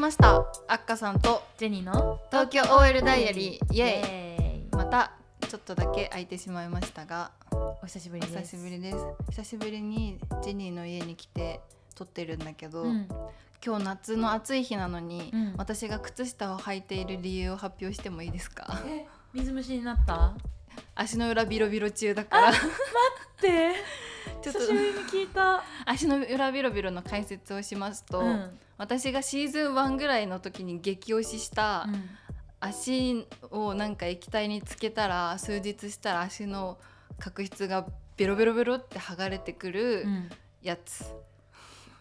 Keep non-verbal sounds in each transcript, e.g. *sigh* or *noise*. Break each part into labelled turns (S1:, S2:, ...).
S1: ましたあっかさんと
S2: ジェニーの
S1: 東京 OL ダイアリーイ
S2: イ
S1: エイ
S2: エーイ
S1: またちょっとだけ空いてしまいましたが
S2: お久しぶ
S1: お
S2: りです
S1: 久しぶりです久しぶりにジェニーの家に来て撮ってるんだけど、
S2: うん
S1: 今日夏の暑い日なのに、
S2: うん
S1: 私が靴下を履いている理由を発表してもいいです
S2: *laughs*
S1: か
S2: え水虫になった
S1: 足の裏ビロビロ中だからち
S2: って
S1: ょっと
S2: 久しぶりに聞いた
S1: *laughs* 足の裏ビロビロの解説をしますと、
S2: うん
S1: 私がシーズン1ぐらいの時に激推しした
S2: うん
S1: 足をなんか液体につけたら数日したら足の角質がベロベロベロって剥がれてくる
S2: うん
S1: やつ、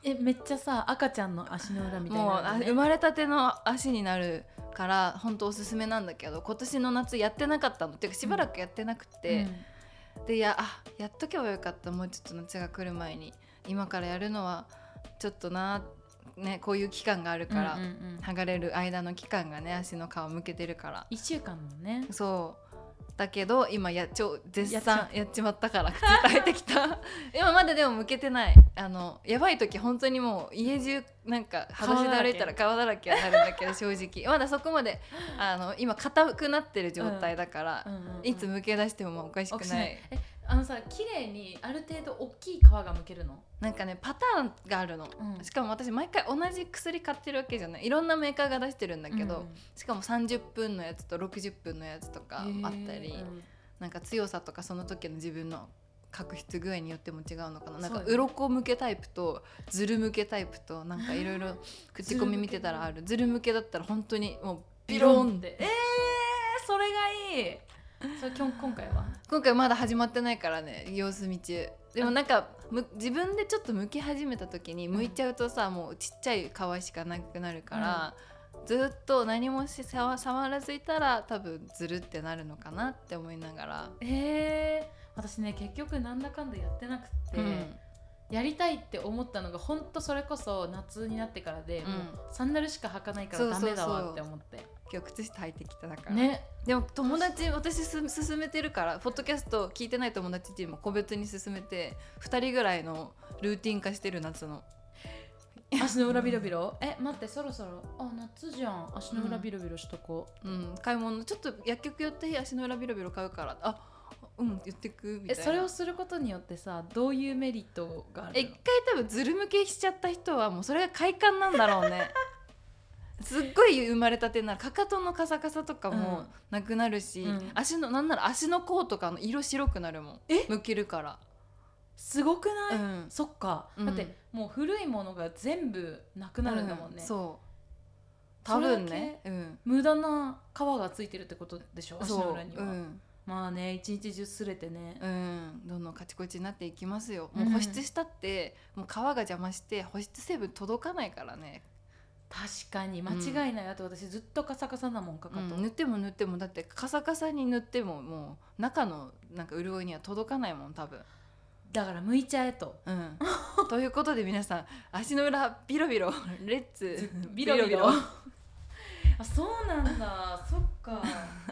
S2: えめっちゃさ赤ちゃんの足の裏みたい
S1: もう
S2: な
S1: あ
S2: のね
S1: 生まれたての足になるから本当おすすめなんだけど今年の夏やってなかったのっていうかしばらくやってなくて、でいやあやっとけばよかったもうちょっと夏が来る前に今からやるのはちょっとな、ね、こういう期間がある
S2: うん
S1: から、
S2: うんうんうん
S1: 剥がれる間の期間がね足の皮むけてるから
S2: 一週間のね
S1: そうだけど今やっちょ絶
S2: やっち
S1: 賛
S2: ま
S1: やっちまったから口耐えてきた *laughs* 今まででも向けてないあのやばい時本当にもう家中なんか裸足で歩いたら顔だらけになるんだけど正直まだそこまであの今硬くなってる状態だから、
S2: うんうんうん
S1: いつむけ出してもまあおかし
S2: お
S1: く
S2: か
S1: ない
S2: しくないえあのさ綺麗にある程度大きい皮がむけるの
S1: なんかねパターンがあるの、
S2: うん
S1: しかも私毎回同じ薬買ってるわけじゃないいろんなメーカーが出してるんだけど、しかも30分のやつと60分のやつとか
S2: うん
S1: あったり。なんか強さとかその時の自分の角質具合によっても違うのかななん
S2: そう
S1: か
S2: よね
S1: 鱗向けタイプとズル向けタイプとなんかいろい *laughs* ろ口コミ見てたらあるズル向けだったら本当にもうビロンで
S2: えー、それがいいそれ今日今回は
S1: 今回まだ始まってないからね様子見中でもなんかむ自分でちょっと剥き始めた時に剥いちゃうとさもうちっちゃい皮しかなくなるから、ずっと何もし触触らずいたら多分ズルってなるのかなって思いながら、
S2: えー、私ね結局なんだかんだやってなくて、
S1: うん
S2: やりたいって思ったのがほんとそれこそ夏になってからで、
S1: うん
S2: もうサンダルしか履かないからダメだわって思って
S1: 今日靴下履いてきただから。
S2: ね
S1: でも友達私す勧めてるからポッドキャスト聞いてない友達っていうのも個別に勧めて2人ぐらいのルーティン化してる夏の
S2: *laughs* 足の裏ビロビロえ待ってそろそろあ夏じゃん足の裏ビロビロしとこう、
S1: うん買い物ちょっと薬局寄って足の裏ビロビロ買うからあうん言ってくみたいな
S2: えそれをすることによってさどういうメリットがあ
S1: え
S2: る
S1: 一
S2: の
S1: 回多分ズル向けしちゃった人はもうそれが快感なんだろう
S2: *laughs*
S1: ねすっごい生まれたてならかかとのカサカサとか
S2: う
S1: も
S2: ん
S1: なくなるし、
S2: うん
S1: 足のなんなら足の甲とかの色白くなるもん
S2: え
S1: むけるから、
S2: すごくない、
S1: うん
S2: そっか、
S1: うん
S2: だってもう古いものが全部なくなるんだもんね、
S1: うそう多
S2: それだけ
S1: 分ねうん
S2: 無駄な皮がついてるってことでしょ足の裏には、
S1: うん、
S2: まあね一日中すれてね、
S1: うん、どんどんカチコチになっていきますよ
S2: う
S1: も
S2: ん
S1: う保湿したって、もう皮が邪魔して保湿成分届かないからね、
S2: 確かに間違いない、あと私ずっとカサカサなもんかかと、
S1: うん塗っても塗ってもだってカサカサに塗ってももう中のなんか潤いには届かないもん多分。
S2: だから剥いちゃえと
S1: うん
S2: *laughs*
S1: ということで皆さん足の裏ビロビロレッツ
S2: ビロビロ *laughs* あそうなんだそっ
S1: *laughs*
S2: か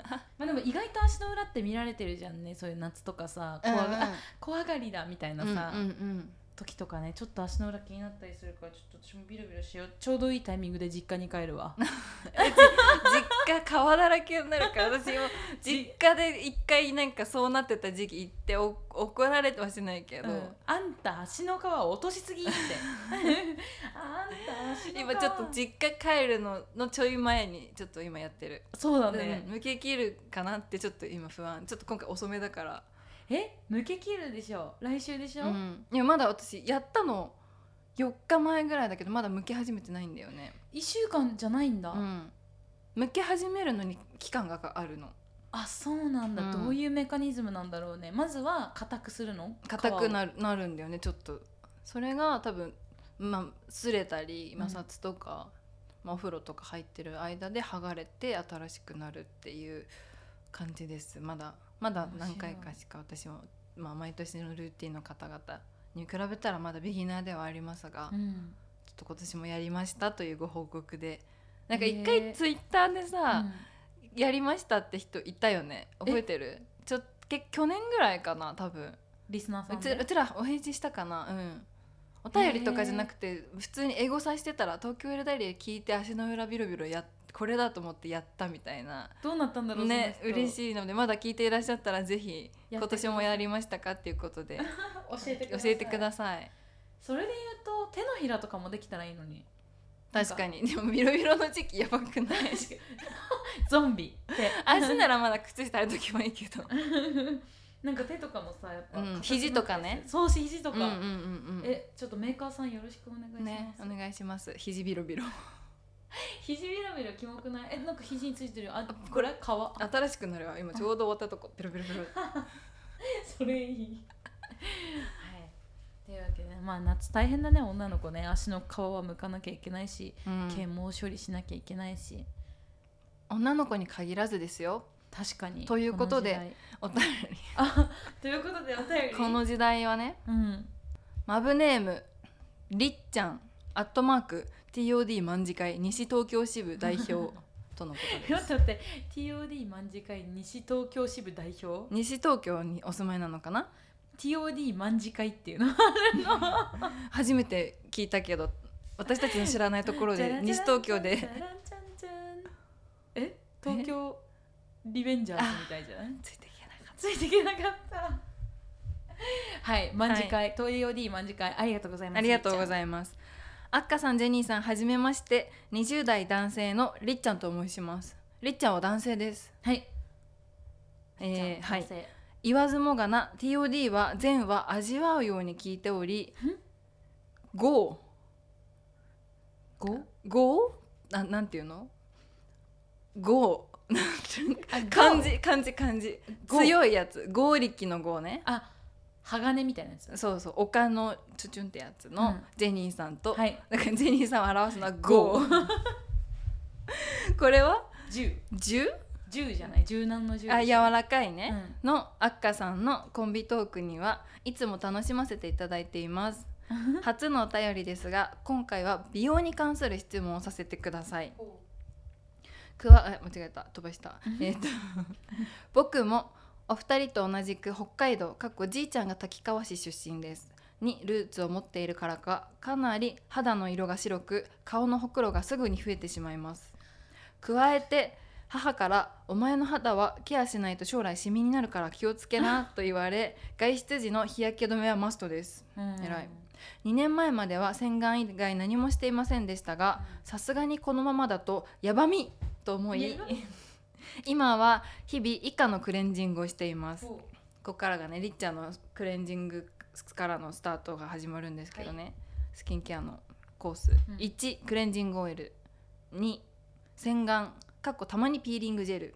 S2: まあでも意外と足の裏って見られてるじゃんねそういう夏とかさ
S1: うん
S2: 怖が,あ、怖がりだみたいなさ、
S1: うんうんうん
S2: 時とかねちょっと足の裏気になったりするからちょっと私もビロビロしようちょうどいいタイミングで実家に帰
S1: *laughs*
S2: るわ
S1: 実家川だらけになる
S2: *laughs*
S1: から私も実家で一回なんかそうなってた時期行ってお怒られてはしないけど、
S2: うんあんた足の皮を落としす
S1: *laughs*
S2: ぎってあんた足の皮
S1: 今ちょっと実家帰るののちょい前にちょっと今やってる、
S2: そうだ
S1: う
S2: ね、
S1: ん、抜け切るかなってちょっと今不安ちょっと今回遅めだから、
S2: え抜け切るでしょ来週でしょ、
S1: うん、いやまだ私やったの4日前ぐらいだけどまだ剥き始めてないんだよね、
S2: 1週間じゃないんだ、
S1: うん、剥き始めるのに期間があるの
S2: あそうなんだ、
S1: うん
S2: どういうメカニズムなんだろうねまずは硬くするの
S1: 硬く
S2: る
S1: なるなるんだよねちょっとそれが多分まあ擦れたり摩擦とか、まあ、お風呂とか入ってる間で剥がれて新しくなるっていう感じですまだまだ何回かしか私も、まあ、毎年のルーティンの方々に比べたらまだビギナーではありますが、
S2: う
S1: ちょ
S2: ん、
S1: っと今年もやりましたというご報告でなんか
S2: へ
S1: 一
S2: ー
S1: 回ツイッターでさ、
S2: うん
S1: やりましたって人いたよね覚えてるちょけ去年ぐらいかな多分
S2: リスナーさ
S1: うんち
S2: で
S1: うちらお返事したかなうんお便りとかじゃなくて、普通にエゴサしてたら東京エルダリエ聞いて足の裏ビロビロやっこれだと思ってやったみたいな
S2: どうなったんだろう
S1: ね嬉
S2: い
S1: しいのでまだ聞いていらっしゃったらぜひ
S2: や
S1: 今
S2: ってくださ
S1: 年
S2: い
S1: もやりましたかっていうことで
S2: 教えてく
S1: 教
S2: ださい
S1: えてください
S2: それで言うと手のひらとかもできたらいいのに *laughs*
S1: 確かにでもビロビロの時期やばくない *laughs*
S2: ゾンビって
S1: 足ならまだ靴下ある時もいいけど
S2: *laughs* なんか手とかもさやっぱ、
S1: うん肘とかね
S2: そうし肘と
S1: う
S2: か、
S1: んうんうんうん
S2: えちょっとメーカーさんよろしくお願いします、
S1: ねお願いします肘ビロビロ
S2: 肘ビラビラキモくないえなんか肘についてるよあ
S1: あ
S2: これ皮
S1: 新しくなるわ今ちょうど終わったとこビロビロビロ *laughs*
S2: それいいはいというわけでまあ夏大変だね女の子ね足の皮は剥かなきゃいけないし
S1: うん
S2: 毛毛処理しなきゃいけないし
S1: 女の子に限らずですよ
S2: 確かに
S1: ということで
S2: の時代
S1: お便
S2: あということでお便り
S1: りこの時代はね
S2: うん
S1: マブネームりっちゃんアットマーク TOD 卍会西東京支部代 *laughs* 表とのこと
S2: ち
S1: で
S2: ょっ
S1: す
S2: と *laughs* 待って TOD 卍会西東京支部代表
S1: 西東京にお住まいなのかな
S2: TOD 卍会っていうの
S1: 初めて聞いたけど私たちの知らないとこ *laughs* ろで西東京
S2: チ
S1: *laughs* で
S2: ャランチャンチャンえ東京リベンジャーズみたいじゃない
S1: ついていけなかっ
S2: ついていけなかったはい卍会、
S1: は
S2: 東 AOD 卍会ありがとうございます
S1: たありがとうご
S2: い
S1: ざいますあっかさんジェニーさんはじめまして20代男性のりっちゃんと申しますりっちゃんは男性です
S2: ますはい、
S1: えー、はい
S2: じゃあ男性
S1: 言わずもがな TOD は善は味わうように聞いておりゴ
S2: 五
S1: ーゴーななんていうのゴーなんていうの
S2: あ
S1: 漢
S2: 五
S1: 字漢字漢字
S2: ゴー
S1: 強いやつ合力のゴーね
S2: あ鋼みたいなやつ
S1: そうそう丘のチュチュンってやつ
S2: う
S1: の
S2: ん
S1: ジェニーさんと、
S2: はい
S1: だからジェニーさんを表すのはゴーこれは
S2: *laughs* 十
S1: 十
S2: 十じゃない柔軟の十
S1: あ柔
S2: わ
S1: らかいね、のアッカさんのコンビトークにはいつも楽しませていただいています *laughs*
S2: うん、
S1: 初のお便りですが今回は美容に関する質問をさせてくださいくわあ間違えた飛ばしたえっと *laughs* 僕もお二人と同じく北海道かっこじいちゃんが滝川市出身ですにルーツを持っているからかかなり肌の色が白く顔のほくろがすぐに増えてしまいます加えて母から「お前の肌はケアしないと将来シミになるから気をつけ *laughs* な」と言われ外出時の日焼け止めはマストです
S2: うん
S1: 偉い2年前までは洗顔以外何もしていませんでしたがさすがにこのままだとやばみと思い
S2: やばみ
S1: 今は日々以下のクレンジングをしていますこ
S2: ほう
S1: こからがねりっちゃんのクレンジングからのスタートが始まるんですけどね、スキンケアのコース、
S2: うん
S1: 1クレンジングオイル2洗顔かっこたまにピーリングジェル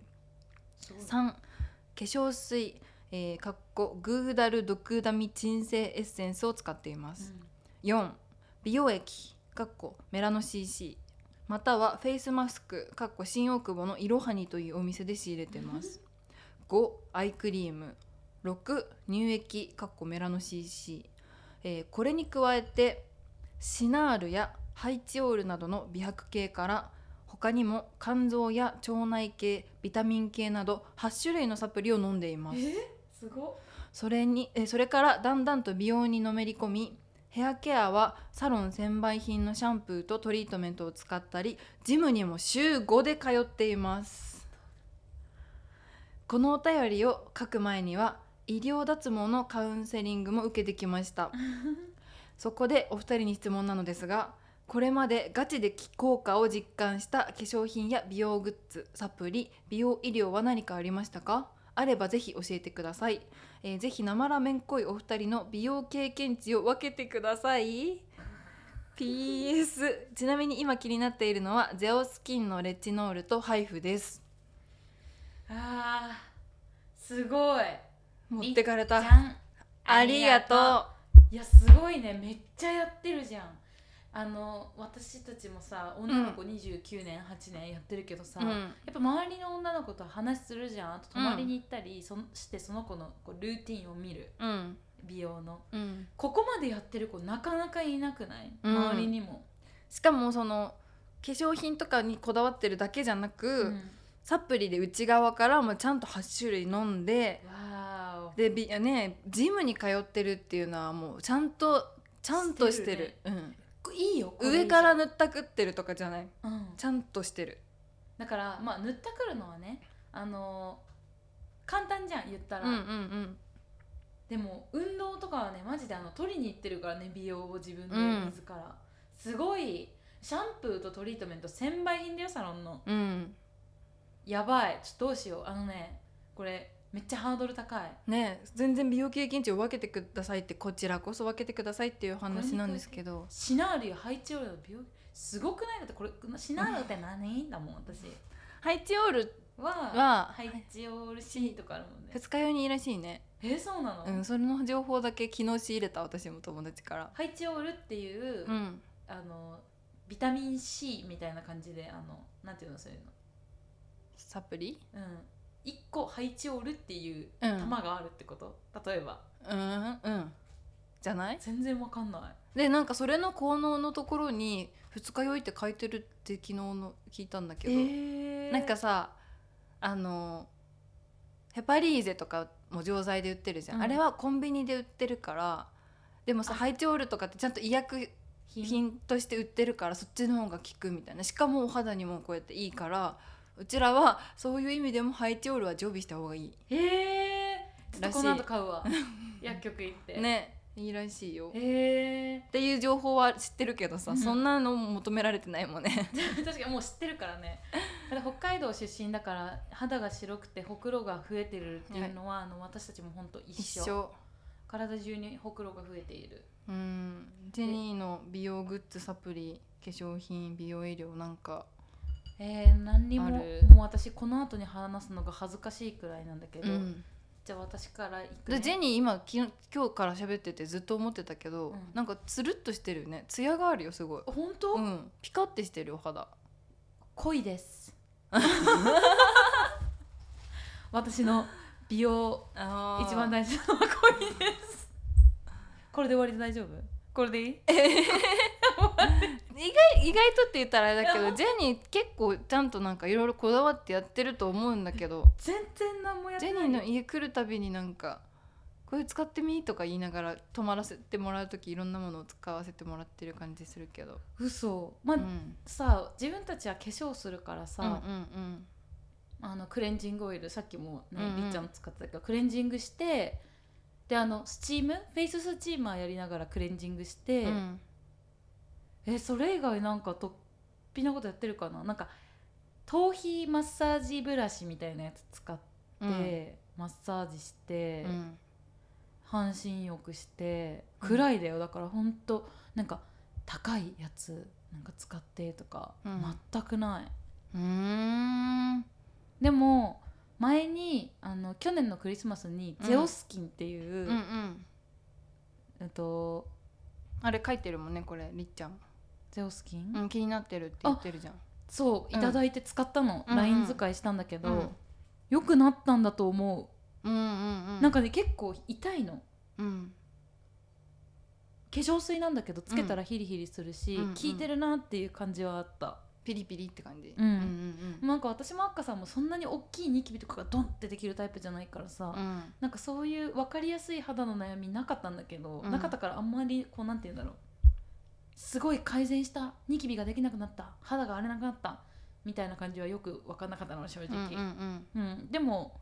S2: すごい
S1: 3化粧水、えー、かっこグーダルドクダミ鎮静エッセンスを使っています、4美容液かっこメラノ CC またはフェイスマスクかっこ新大久保のイロハニというお店で仕入れてます5アイクリーム6乳液かっこメラノ CC、えーこれに加えてシナールやハイチオールなどの美白系から他にも肝臓や腸内系ビタミン系など8種類のサプリを飲んでいます
S2: うん、えすご
S1: それにえそれからだんだんと美容にのめり込みヘアケアはサロン専売品のシャンプーとトリートメントを使ったりジムにも週5で通っていますこのお便りを書く前には医療脱毛のカウンセリングも受けてきましたそこでお二人に質問なのですがこれまでガチで効果を実感した化粧品や美容グッズサプリ美容医療は何かありましたかあればぜひ教えてください、えー、ぜひ生ラメン濃いお二人の美容経験値を分けてください PS ちなみに今気になっているのはゼオスキンのレチノールとハイフです
S2: あーすごい
S1: 持ってかれ
S2: じ
S1: た
S2: ゃん
S1: ありがとう
S2: いやすごいねめっちゃやってるじゃんあの私たちもさ女の子29年、8年やってるけどさ、
S1: う
S2: や
S1: ん
S2: っぱ周りの女の子と話するじゃんあと泊まりに行ったり、そのしてその子のこうルーティンを見る
S1: うん
S2: 美容の
S1: うん
S2: ここまでやってる子なかなかいなくない、
S1: うん
S2: 周りにも、
S1: しかもその化粧品とかにこだわってるだけじゃなく、
S2: うん
S1: サプリで内側からもちゃんと8種類飲んで
S2: わーお
S1: でびねジムに通ってるっていうのはもうちゃんとちゃんとしてる
S2: いいよこ
S1: うん、
S2: れ以上
S1: 上から塗ったくってるとかじゃない
S2: うん
S1: ちゃんとしてる
S2: だからまあ塗ったくるのはねあのー簡単じゃん言ったら、
S1: ん
S2: でも運動とかはねマジであの取りに行ってるからね美容を自分で
S1: うん
S2: 自ら、すごいシャンプーとトリートメント1000倍品だよサロンの
S1: うんうん
S2: やばいちょっとどうしようあのねこれめっちゃハードル高い
S1: ねえ全然美容経験値を分けてくださいってこちらこそ分けてくださいっていう話なんですけど
S2: シナールやハイチオールの美容すごくないだってこれシナールって何だもん私
S1: ハイチオール
S2: は
S1: は
S2: ハイチオールシートからもんね
S1: 二日酔いにいいらしいね
S2: えそうなの、
S1: うんそれの情報だけ昨日仕入れた私も友達から
S2: ハイチオールっていう、
S1: うん
S2: あのビタミン C みたいな感じであのなんていうのそういう
S1: サプリ
S2: のうん1個ハイチオールっていう
S1: うん
S2: 玉があるってこと、例えば
S1: うんうんじゃない
S2: 全然わかんな
S1: でなんかそれの効能のところに「二日酔い」って書いてるって昨日の聞いたんだ
S2: い
S1: け
S2: え
S1: ど、
S2: ー
S1: なんかさあのヘパリーゼとかも錠剤で売ってるじゃん、
S2: うん
S1: あれはコンビニで売ってるからでもさハイチオールとかってちゃんと医薬
S2: 品
S1: 品として売ってるからそっちの方が効くみたいなしかもお肌にもこうやっていいからうちらはそういう意味でもハイチオールは常備した方がいい
S2: ええー、ちょっとこの
S1: らしい
S2: 後買うわ薬局行って
S1: ねいいらしいよ、っ
S2: ええ
S1: ていう情報は知ってるけどさ、
S2: うん
S1: そんなの求められてないもんね
S2: ー、 *laughs* 確かにもう知ってるからねだから北海道出身だから肌が白くてほくろが増えてるっていうのは、あの私たちも本当 *laughs* 一
S1: 一
S2: 緒
S1: 緒
S2: 体中にほくろが増えている
S1: うんジェニーの美容グッズサプリ化粧品美容医療なんか
S2: えー、何にも
S1: あ
S2: も
S1: る
S2: う私この後に話すのが恥ずかしいくらいなんだけど、
S1: うん
S2: じゃあ私からいく、ね、
S1: でジェニー今き今日から喋っててずっと思ってたけど、
S2: うん
S1: なんかつるっとしてるよねツヤがあるよすごい、
S2: 本当、
S1: うん、ピカってしてるお肌
S2: 濃いです
S1: *laughs*
S2: 私の美容一
S1: 一
S2: 番
S1: 大
S2: 大事なのは濃いですこれで終わりで大丈夫これでいい
S1: 意外とって言ったらあれだけ *laughs* どジェニー結構ちゃんとなんかいろいろこだわってやってると思うんだけど
S2: 全然何もやっ
S1: ジ
S2: て
S1: ェニ
S2: な
S1: ー
S2: い
S1: の家来るたびになんか「これ使ってみ?」とか言いながら泊まらせてもらう時いろんなものを使わせてもらってる感じするけど、
S2: 嘘まあ、
S1: うん、
S2: さ自分たちは化粧するからさ、
S1: うんうんうん
S2: あのクレンジングオイルさっきもね、
S1: うんうん
S2: りっちゃん使ってたけどクレンジングしてであのスチームフェイススチーマーやりながらクレンジングして、
S1: うん
S2: えそれ以外なんか突飛なことやってるかななんか頭皮マッサージブラシみたいなやつ使って、マッサージして、
S1: うん
S2: 半身浴して
S1: うん
S2: 暗いだよだからほんとなんか高いやつなんか使ってとか、
S1: うん
S2: 全くない。
S1: うーん
S2: でも前にあの去年のクリスマスに
S1: うん
S2: ゼオスキンっていうう、
S1: んうん
S2: えっと
S1: あれ書いてるもんねこれりっちゃん、
S2: ゼオスキン、
S1: うん、気になってるって言ってるじゃん
S2: そういただいて使ったの、
S1: うん
S2: LINE 使いしたんだけど、
S1: うん
S2: 良くなったんだと思
S1: うんうんう
S2: う、
S1: ん
S2: なんかね結構痛いの化
S1: うん
S2: 粧水なんだけどつけたらヒリヒリするし、
S1: うんうん
S2: 効いてるなっていう感じはあった、
S1: ピリピリって感じ
S2: うん
S1: うんうん
S2: なんか私もアッカさんもそんなに大きいニキビとかがドンってできるタイプじゃないからさ、
S1: うんうん
S2: なんかそういう分かりやすい肌の悩みなかったんだけど、
S1: うん
S2: なかったからあんまりこうなんて言うんだろうすごい改善したニキビができなくなった肌が荒れなくなったみたいな感じはよく分かんなかったの正
S1: うんう
S2: 直、
S1: んうん
S2: うんでも、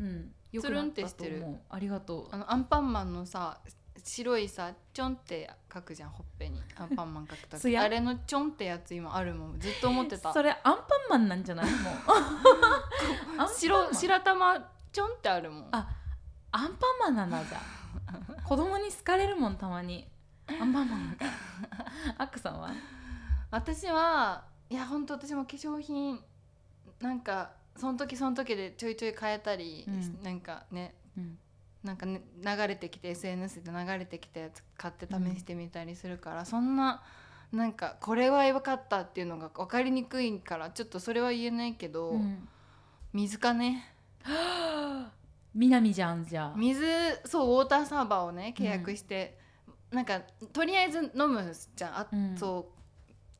S2: うん、よく
S1: つる
S2: なん
S1: っ
S2: ってた
S1: し
S2: と
S1: てる
S2: 思うありがと
S1: あのアンパンマンのさ白いさちょんって書くじゃんほっぺにアンパンマン書く
S2: *laughs*
S1: と
S2: ツヤ
S1: あれのちょんってやつ今あるもんずっと思っ
S2: う
S1: てた
S2: *laughs* それアンパンマンなんじゃ *laughs* ないもうアンパンマン
S1: 白白玉ちょんってあるもん
S2: あアンパンマンなんだじゃあ子供に好かれるもんたまにアンパンマンだからアックさんは
S1: 私はいや本当私も化粧品なんかその時その時でちょいちょい変えたり、
S2: うん
S1: なんかね
S2: うん
S1: なんかね流れてきて SNS で流れてきたやつ買って試してみたりするから、そんななんかこれは良かったっていうのが分かりにくいからちょっとそれは言えないけど、
S2: うん
S1: 水かね
S2: 南じゃんじゃあ
S1: 水そうウォーターサーバーをね契約して、なんかとりあえず飲むじゃんあ、
S2: うん
S1: そ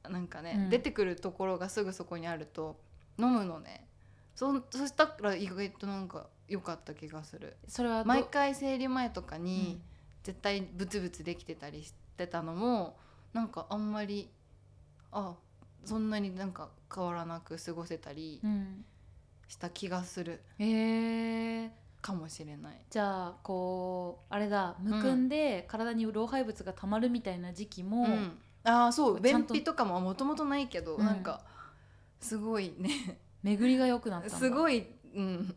S1: うなんかね、
S2: うん
S1: 出てくるところがすぐそこにあると飲むのねそそしたら意外となんか良かった気がする
S2: それはど
S1: 毎回生理前とか
S2: う
S1: に
S2: ん
S1: 絶対ブツブツできてたりしってたのもなんかあんまりあそんなになんか変わらなく過ごせたり
S2: うん、
S1: した気がする
S2: えー、
S1: かもしれない。
S2: じゃあこうあれだむくんで体に老廃物がたまるみたいな時期も、
S1: うん、ああそう
S2: ちゃ
S1: 便
S2: んと
S1: 秘とかももともとないけど、
S2: うん
S1: なんかすごいね
S2: 巡りが良くなったんだ
S1: すごい、うん、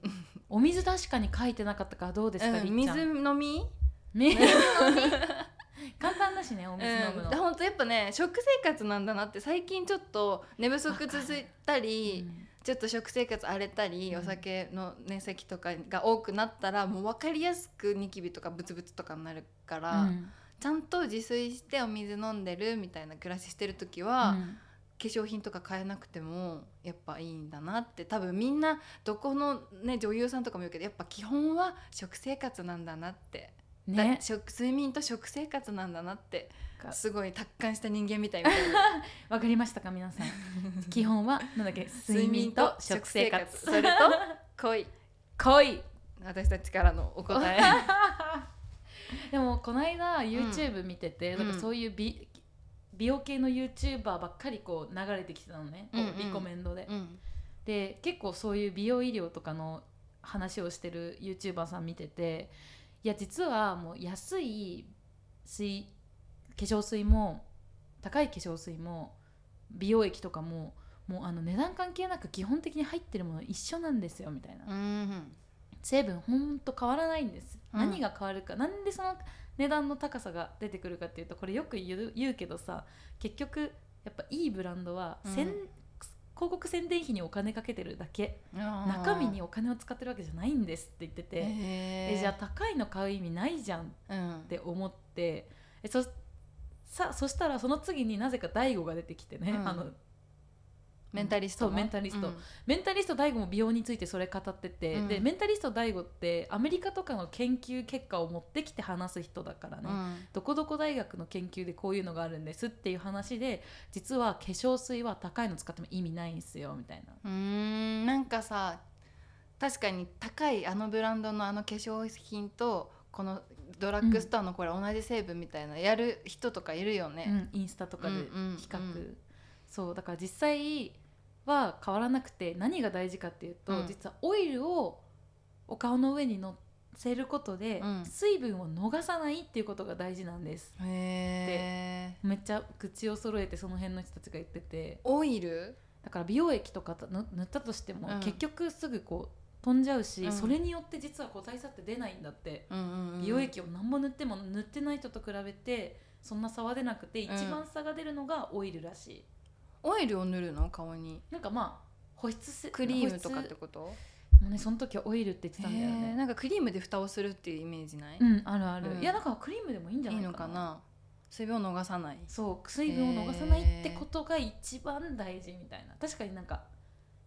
S2: お水確かに書いてなかったからどうですか、
S1: うん
S2: りっちゃん
S1: 水飲み
S2: 水飲み簡単だしねお水飲むの、
S1: うん、本当やっぱね食生活なんだなって最近ちょっと寝不足続いたり、
S2: うん
S1: ちょっと食生活荒れたり、
S2: うん
S1: お酒のね席とかが多くなったらもう分かりやすくニキビとかブツブツとかになるから、
S2: うん
S1: ちゃんと自炊してお水飲んでるみたいな暮らししてる時は、化
S2: うん
S1: 粧品とか買えなくてもやっぱいいんだなって多分みんなどこの、ね、女優さんとかも言うけどやっぱ基本は食生活なんだなってだ
S2: ね
S1: 食睡眠と食生活なんだなって
S2: か
S1: すごい達観した人間みたいみたいな
S2: わかりましたか皆さん *laughs* 基本はなんだっけ睡眠と食生活
S1: それと *laughs* 恋
S2: 恋
S1: 私たちからのお答 *laughs*
S2: *laughs*
S1: え
S2: でもこの間 YouTube 見てて、
S1: うん
S2: なんかそういう美美容系の YouTuber ばっかりこう流れてきてたのね、こう
S1: うんうん
S2: リコメンドで、
S1: うん
S2: で結構そういう美容医療とかの話をしてる YouTuber さん見てていや実はもう安い水化粧水も高い化粧水も美容液とかももうあの値段関係なく基本的に入ってるもの一緒なんですよみたいな
S1: うん
S2: 成分ほんと変わらないんです、
S1: うん
S2: 何が変わるかなんでその値段の高さが出てくるかっていうとこれよく言う言うけどさ結局やっぱいいブランドは、宣
S1: うん
S2: 広告宣伝費にお金かけてるだけ
S1: あー
S2: 中身にお金を使ってるわけじゃないんですって言ってて、
S1: え
S2: えじゃあ高いの買う意味ないじゃんっ
S1: あ、うん、
S2: て思ってえそさそしたらその次になぜか大悟が出てきてね、
S1: うん
S2: あの
S1: メンタリスト
S2: そうメンタリスト
S1: うん
S2: メンタリスト DAIGO も美容についてそれ語ってて、
S1: うん
S2: でメンタリスト DAIGO ってアメリカとかの研究結果を持ってきて話す人だからね、
S1: うん
S2: どこどこ大学の研究でこういうのがあるんですっていう話で実は化粧水は高いの使っても意味ないんですよみたいな。
S1: うーんなんかさ確かに高いあのブランドのあの化粧品とこのドラッグストアのこれ同じ成分みたいなやる人とかいるよね。
S2: うんインスタとかで
S1: うんうんうん
S2: 比較、そうだから実際は変わらなくて何が大事かっていうと、
S1: うん
S2: 実はオイルをお顔の上に乗せることで、
S1: うん
S2: 水分を逃さないっていうことが大事なんです
S1: へえ。
S2: めっちゃ口を揃えてその辺の人たちが言ってて
S1: オイル
S2: だから美容液とか塗塗ったとしても、
S1: うん
S2: 結局すぐこう飛んじゃうし、
S1: うん
S2: それによって実は個体差って出ないんだって、美容液を何も塗っても塗ってない人と比べてそんな差は出なくて一
S1: うん
S2: 番差が出るのがオイルらしい、
S1: オイルを塗るの顔に
S2: なんかまあ保湿せ
S1: クリームとかってこと
S2: もうねその時はオイルって言ってたんだよ
S1: へー
S2: ね
S1: なんかクリームで蓋をするっていうイメージない、
S2: うんあるある、
S1: うん
S2: いやだからクリームでもいいんじゃ
S1: い
S2: ないい
S1: の
S2: かな
S1: かな水分を逃さない
S2: そう水分を逃さないってことが一番大事みたいな確かになんか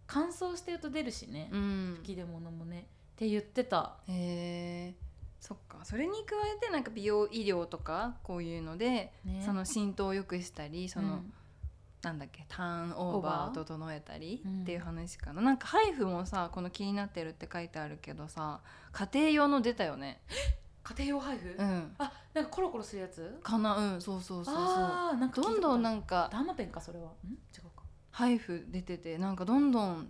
S2: 乾燥してると出るしね、
S1: うん
S2: 吹き出物もねって言ってた
S1: へえそっかそれに加えてなんか美容医療とかこういうので、
S2: ね
S1: その浸透を良くしたりその、なんだっけターンオーバー
S2: オーバー
S1: を整えたり
S2: うん
S1: っていう話かな、なんか HIFU もさこの気になってるって書いてあるけどさ家庭用の出たよね
S2: 家庭用配布、
S1: うん
S2: あなんかコロコロするやつ
S1: かなうんそうそうそうそう
S2: ああーなんか
S1: どんどんなん
S2: か
S1: んか
S2: ダーマペンかそれはん違うか
S1: ハイフ出ててなんかどんどん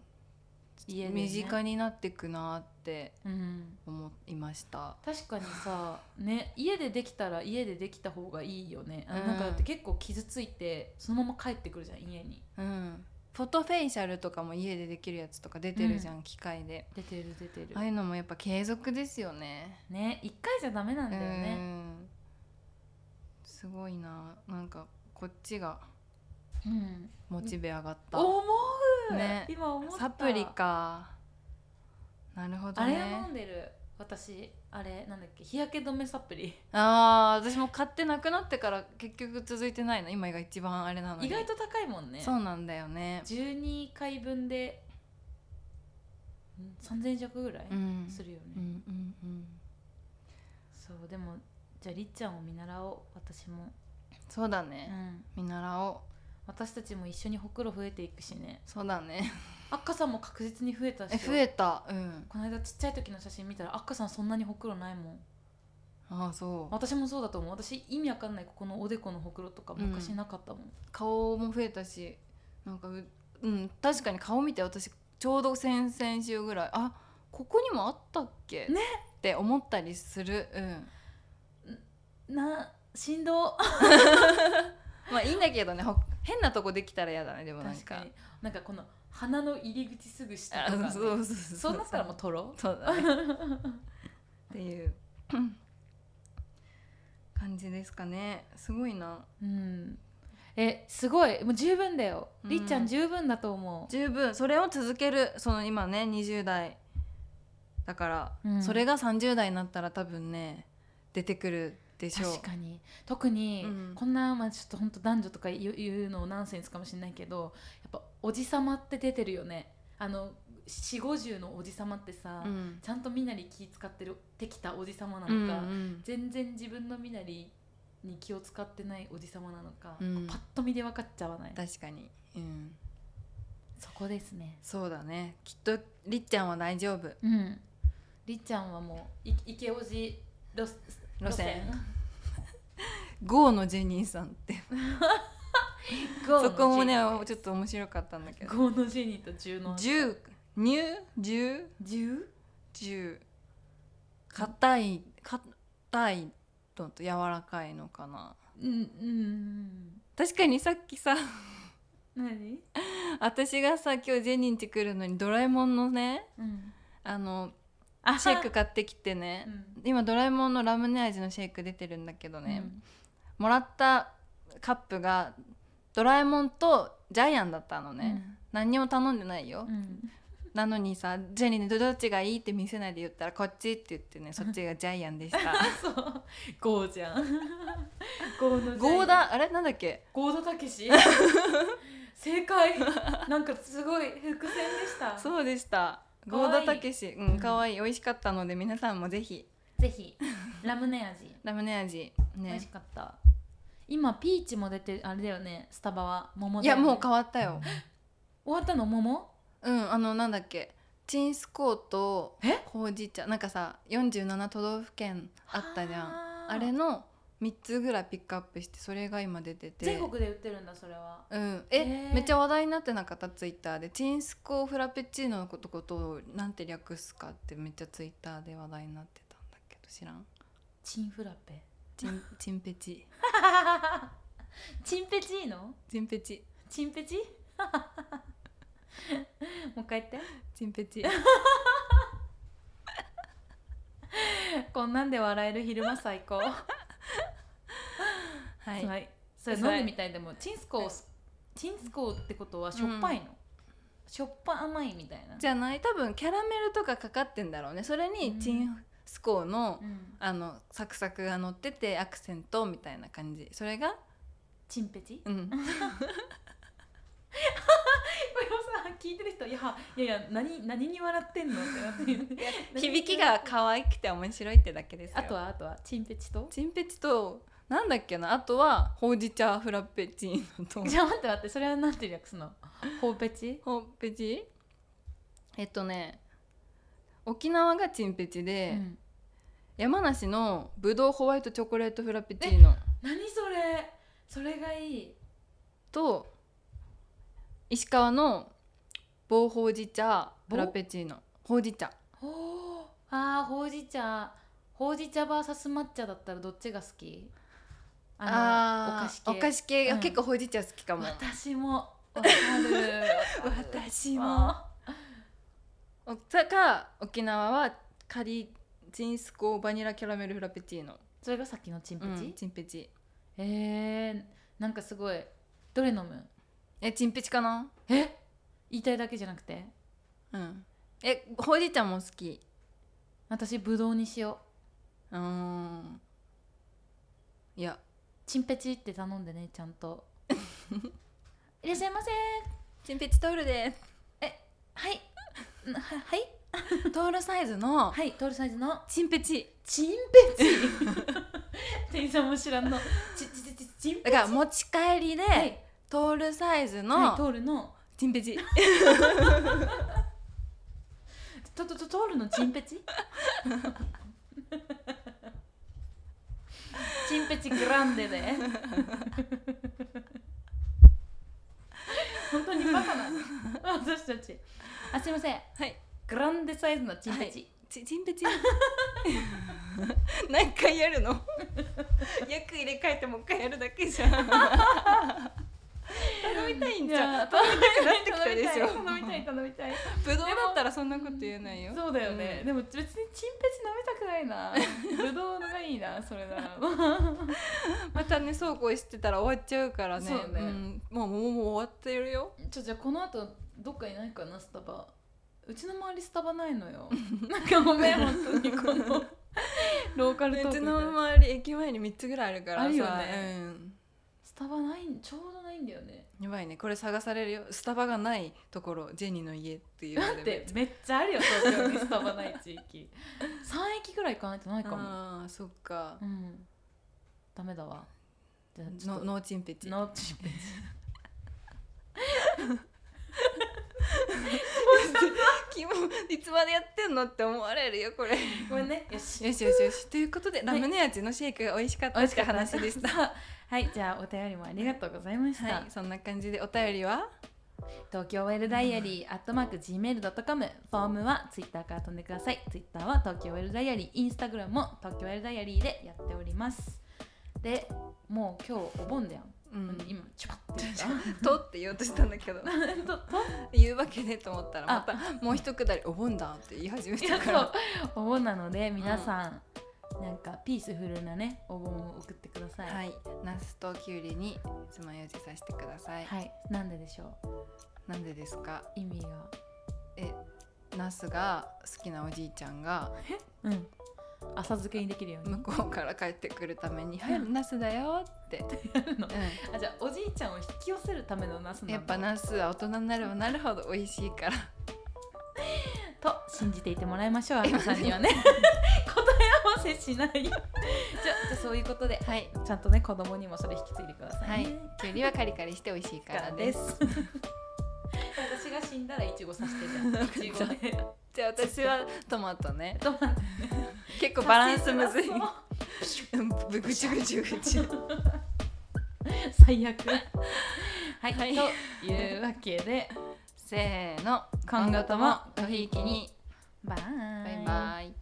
S2: 家でね
S1: 身近になってくなって
S2: うん
S1: 思いました。
S2: 確かにさね家でできたら家でできた方がいいよね、あ
S1: うん
S2: なんかだって結構傷ついてそのまま帰ってくるじゃん家に
S1: うん、フォトフェイシャルとかも家でできるやつとか出てるじゃん、機械で
S2: 出てる出てる、
S1: ああいうのもやっぱ継続ですよね
S2: ね一回じゃダメなんだよ
S1: う
S2: ね、
S1: んすごいななんかこっちが
S2: うん、
S1: モチベ上がった、
S2: 思う、
S1: ね
S2: 今思った
S1: サプリかなるほど
S2: あれを飲
S1: ね
S2: んでる私あれなんだっけ日焼け止めサプリ
S1: ああー私も買ってなくなってから結局続いてないの今が一番あれなのに
S2: 意外と高いもんね
S1: そうなんだよね
S2: 12回分でん3000弱ぐらい
S1: うん
S2: するよね、
S1: うんうんうん
S2: そうでもじゃありっちゃんを見習おう私も、
S1: そうだ
S2: う
S1: ね、
S2: ん、
S1: 見習おう
S2: 私たちも一緒にほくろ増えていくしね
S1: そうだね
S2: あっかさんも確実に増えたし
S1: *laughs* え増えたうん
S2: この間ちっちゃい時の写真見たらあっかさんそんなにほくろないもん
S1: ああそう
S2: 私もそうだと思う私意味わかんないここのおでこのほくろとか
S1: うん
S2: 昔なかったもん、
S1: 顔も増えたしなんかううん確かに顔見て私ちょうど先々週ぐらいあここにもあったっけ、
S2: ね
S1: って思ったりするうん
S2: なしんど
S1: まあいいんだけどねほ変なとこできたら嫌だねでもなんか
S2: 確かになんかこの鼻の入り口すぐ下
S1: あ
S2: とかね、
S1: そうそうそうそう
S2: そうなったらもうとろ
S1: そうだね *laughs* っていう *coughs* うん感じですかねすごいな
S2: うんえすごいもう十分だよ、
S1: うん
S2: りっちゃん十分だと思
S1: 十分それを続けるその今ね20代だから、
S2: うん
S1: それが30代になったら多分ね出てくるで
S2: う
S1: しょう
S2: 確かに特に、
S1: うん
S2: こんな、まあ、ちょっと本当男女とか言う言うのナンセンスかもしれないけどやっぱおじさまって出てるよねあの4 5 0のおじさまってさ、
S1: うん
S2: ちゃんとみなり気使ってるってきたおじさまな
S1: うん
S2: のか、
S1: うん
S2: 全然自分の身なりに気を使ってないおじさまなのか、
S1: うん
S2: パッと見で分かっちゃわない
S1: 確かに、うん、
S2: そこですね
S1: そうだねきっとりっちゃんは大丈夫
S2: うんりっちゃんはもういイケオジ路
S1: 路線 GO のジェニーさんって
S2: ゴーの
S1: そこもね
S2: ジェニー
S1: ちょっと面白かったんだけど
S2: ゴーのジェニーと10の
S1: 10ニュー
S2: 10
S1: 1010硬い硬いのと柔らかいのかな
S2: うんうん
S1: 確かにさっきさ
S2: 何
S1: *laughs* 私がさ今日ジェニーん家来るのにドラえもんのね
S2: うん
S1: あの
S2: あ
S1: シェイク買ってきてね、今ドラえもんのラムネ味のシェイク出てるんだけどね、もらったカップがドラえもんとジャイアンだったのね、何にも頼んでないよ、
S2: うん
S1: なのにさジェニーにどっちがいいって見せないで言ったらこっちって言ってねそっちがジャイアンでした
S2: *laughs* そうゴーじゃん *laughs* ゴーのジェニー
S1: ゴーダあれなんだっけ
S2: ゴーダたけ
S1: *laughs*
S2: し正解なんかすごい伏線でした
S1: そうでした
S2: かわ
S1: ゴ
S2: いい
S1: ーダたけしう
S2: うん
S1: ん可愛い美味しかったので皆さんもぜひ
S2: ぜひラムネ味、
S1: ラムネ味
S2: 美
S1: ね
S2: 味しかった今ピーチも出てあれだよねスタバは桃
S1: い
S2: だよ
S1: や
S2: ね
S1: もう変わったよ
S2: 終わったの桃
S1: うんあのなんだっけチンスコーと
S2: え
S1: ほうじ茶なんかさ47都道府県あったじゃん
S2: ん
S1: あれの3つぐらいピックアップしてそれが今出てて
S2: 全国で売ってるんだそれは
S1: うん、え、
S2: へー
S1: めっちゃ話題になってなかったツイッターでチンスコフラペチーノのことことをなんて略すかってめっちゃツイッターで話題になってたんだけど知らん
S2: チンフラペ
S1: チ
S2: *laughs*
S1: ンチンペチ
S2: チンペチーノ
S1: チンペチ
S2: チンペチ *laughs* もう一回言って
S1: チンペ
S2: *laughs*
S1: チ
S2: こんなんで笑える昼間最高
S1: は
S2: はいい、それ
S1: それ
S2: 飲んでみたいでもチンスコー、チンスコーってことはしょっぱいの、しょっぱ甘いみたいな
S1: じゃない多分キャラメルとかかかってんだろうねそれ
S2: う
S1: に
S2: ん
S1: チンスコーの、
S2: うん
S1: あのサクサクが乗っててアクセントみたいな感じそれが
S2: チンペチこ *laughs*
S1: うん
S2: れをさ聞いてる人いやいやいや何何に笑ってんのってな *laughs* ってるよね
S1: 響きが可愛くて面白いってだけですよ
S2: あとはあとはチンペチと
S1: チンペチとなんだっけなあとはほうじ茶フラペチーノ
S2: *laughs*
S1: と
S2: じゃあ待って待ってそれはなんて略すのホーペチ
S1: ほうペチえっとね沖縄がチンペチ
S2: う
S1: で、
S2: ん
S1: 山梨のぶどうホワイトチョコレートフラペチーノ
S2: 何それそれがいい
S1: と石川の棒ほうじ茶フラペチーノほうじ茶
S2: ほーあーほうじ茶ほうじ茶 VS 抹茶だったらどっちが好きの
S1: ー
S2: お菓子系
S1: お菓子系、
S2: うん
S1: 結構ほうじ茶好きかも
S2: 私もわかる
S1: 私
S2: あ
S1: *laughs* おさか沖縄はカリチンスコバニラキャラメルフラペチーノ
S2: それがさっきのチンペ
S1: うん
S2: チ、
S1: チンペチ
S2: えー、なんかすごいどれ飲む
S1: えチンペチかな
S2: え言いたいだけじゃなくて
S1: うんえほうじ茶も好き
S2: 私ぶどうにしよう
S1: うーんいや
S2: チンペチって頼んでねちゃん
S1: *laughs*
S2: といらっしゃいませ
S1: チンペチトールで
S2: はいんははい
S1: すトールサイズの
S2: はいトールサイズの
S1: チンペチ
S2: チンペチ店員さんも知らんのチチチチチン
S1: だ
S2: ペチ
S1: から持ち帰りで、
S2: はい
S1: トールサイズ
S2: はい、
S1: の
S2: トールの
S1: チンペチ
S2: トトトトールのチンペチチンペチグランデで本当にバカなの私たちあすいません
S1: はい
S2: グランデサイズのチンペチ、
S1: ちちんぺちん *laughs* 何回やるの *laughs* 役入れ替えてもう一回やるだけじゃん頼みたいんじゃん
S2: 頼み
S1: くなってきたでしょ
S2: 頼みたい頼みたい
S1: ぶどうだったらそんなこと言えないよ
S2: そうだよね、
S1: うん
S2: でも別にチンペチ飲みたく *laughs* ないなぶどうのがいいなそれなら
S1: またねそうこうしてたら終わっちゃうからね
S2: そうね
S1: ん、もうもうもう終わってるよ
S2: ちょじゃあこの後どっかいないかなスタバうちの周りスタバないの *laughs* よなんかごめん本当にこの *laughs* ローカルトー
S1: う
S2: ク
S1: ち
S2: みたい
S1: の
S2: な
S1: 周り駅前に3つぐらいあるからさ
S2: あるよね
S1: うん
S2: スタバないんちょうどないんだよね
S1: やばいねこれ探されるよスタバがないところジェニーの家っていうの
S2: だ
S1: で
S2: ってめっちゃあるよ東京にスタバない地 *laughs* 域3駅ぐらい行かないとないかも
S1: ああそっか
S2: うんダメだわじゃあちょっ
S1: の
S2: と
S1: ノーチンペチ
S2: ノーチンペチ
S1: 君もいつまでやってんのって思われるよこれ
S2: ごめんねよし
S1: よしよしよしということでラムネ味のシェイクが美味しかったって話でしたは
S2: はいじゃあお便りもありがとうございました、
S1: いそんな感じでお便りは
S2: 東京 OL ダイアリーアットマーク Gmail.com フォームはツイッターから飛んでくださいツイッターは東京 OL ダイアリーインスタグラムも東京 OL ダイアリーでやっておりますでもう今日お盆だよ、
S1: う
S2: うん
S1: ん、
S2: 今チュパッて言っ
S1: とって言おうとしたんだけど
S2: たとと
S1: *laughs* 言うわけねと思ったらまたもう一くだりお盆だって言い始め
S2: いや
S1: たか
S2: そう
S1: ら
S2: お盆なので皆さん、なんかピースフルなねお盆を送ってください
S1: はいナスとキュウリに爪楊枝させてください、
S2: はいなんででしょう
S1: なんでですか
S2: 意味が
S1: えナスが好きなおじいちゃんが
S2: うん浅漬けにできるように
S1: 向こうから帰ってくるために「はいナスだよ」って、
S2: やるの
S1: うん
S2: あじゃあおじいちゃんを引き寄せるためのナスなんだ
S1: やっぱナスは大人になればなるほど美味しいから
S2: と信じていてもらいまし
S1: *laughs*
S2: ょうあさんにはね答え合わせしないじゃあじゃあそういうことで
S1: はい
S2: ちゃんとね子供にもそれ引き継いでくださ
S1: はいい
S2: ね、
S1: きゅうりはカリカリして美味しいからです
S2: 私が死んだらイチゴさしてじゃんイチゴ
S1: *laughs*
S2: で
S1: じゃあ私はトマトね
S2: トマト
S1: 結構バランスむず
S2: *laughs*
S1: い
S2: 刺
S1: うんぶ *laughs* ぐちゅぐちゅぐちゅ *laughs*
S2: 最悪はい、
S1: はい
S2: というわけで
S1: せーの
S2: 今後とも
S1: ごひいきに
S2: バイ
S1: バイバイ